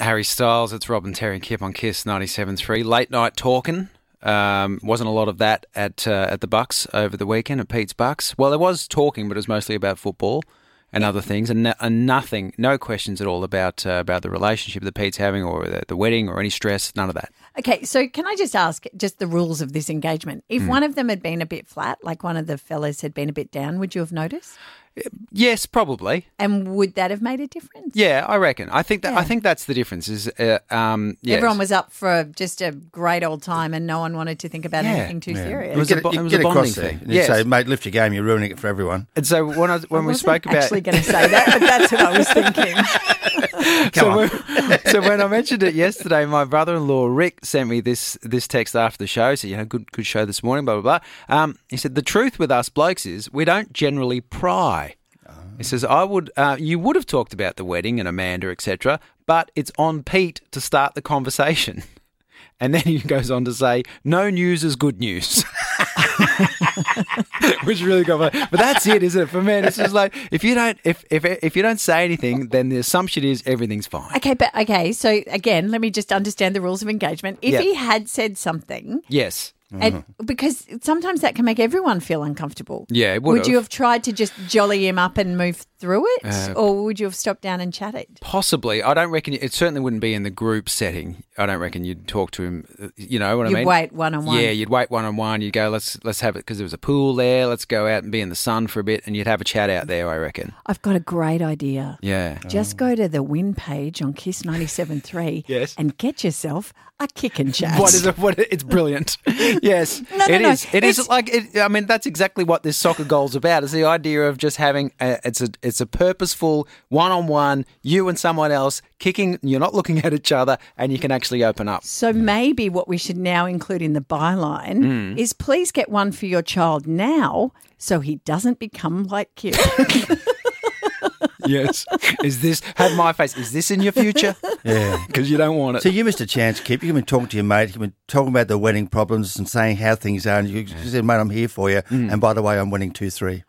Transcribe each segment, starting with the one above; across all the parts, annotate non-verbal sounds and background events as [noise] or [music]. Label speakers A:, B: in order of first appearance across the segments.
A: Harry Styles, it's Rob and Terry and Kip on Kiss 97.3. Late night talking. Um, wasn't a lot of that at uh, at the Bucks over the weekend at Pete's Bucks. Well, there was talking, but it was mostly about football and other things, and, no, and nothing, no questions at all about uh, about the relationship that Pete's having, or the, the wedding, or any stress. None of that.
B: Okay, so can I just ask just the rules of this engagement?
A: Hmm.
B: If one of them had been a bit flat, like one of the fellas had been a bit down, would you have noticed?
A: Yes, probably.
B: And would that have made a difference?
A: Yeah, I reckon. I think that I
B: Yeah.
A: think that's the difference. Is uh, um, yes.
B: Everyone was up for just a great old time and no one wanted to think about
A: Yeah.
B: anything too serious.
A: It was
B: I
A: a bo- it was a bonding
C: there.
A: thing.
C: And you
A: Yes.
C: say, mate, lift your game. You're ruining it
A: [laughs]
C: for everyone.
A: And so
B: [laughs]
A: when I was, when we
B: wasn't
A: spoke about
B: actually going to say that, but that's what
A: [laughs]
B: I was thinking.
A: so, when, [laughs] so when I mentioned it yesterday, my brother-in-law Rick sent me this this text after the show. So you know, good good show this morning. Blah blah blah. Um, he said the truth with us blokes is we don't generally pry. He says I would uh, you would have talked about the wedding and Amanda etc. But it's on Pete to start the conversation. [laughs] And then he goes on to say, "No news is good news," [laughs] which really got my. But that's it, isn't it? For men, it's just like if you don't if if if you don't say anything, then the assumption is everything's fine.
B: Okay, but okay, so again, let me just understand the rules of engagement. If
A: Yeah.
B: he had said something,
A: Yes.
B: and because sometimes that can make everyone feel uncomfortable.
A: Mm-hmm. Yeah, it would
B: would you
A: have.
B: have tried to just jolly him up and move through it,
A: Uh,
B: or would you have stopped down and chatted?
A: Possibly. I don't reckon it certainly wouldn't be in the group setting. I don't reckon you'd talk to him, uh, you know what
B: You'd
A: I mean?
B: wait one-on-one.
A: Yeah, you'd wait one on one. You'd go, let's let's have it because there was a pool there. Let's go out and be in the sun for a bit and you'd have a chat out there, I reckon.
B: I've got a great idea.
A: Yeah.
B: Just go to the win page on Kiss 97.3
A: [laughs] Yes.
B: and get yourself a kick and chat.
A: What is it? What it's brilliant. [laughs] Yes,
B: [laughs] No, no,
A: it
B: no.
A: is. It is
B: It's-
A: like it, I mean that's exactly what this soccer goal's about. Is the idea of just having a, it's a it's a purposeful one on one you and someone else kicking. You're not looking at each other, and you can actually open up.
B: So maybe what we should now include in the byline
A: Mm.
B: is please get one for your child now so he doesn't become like Kip.
A: Yes. Is this have my face? Is this in your future?
C: Yeah.
A: Because you don't want it.
C: So you missed a chance, Kip. You can be talking to your mate. You can be talking about the wedding problems and saying how things are. And you
A: Mm.
C: you said, mate, I'm here for you. And by the way, I'm winning 2 3.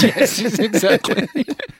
A: yes, [laughs] exactly.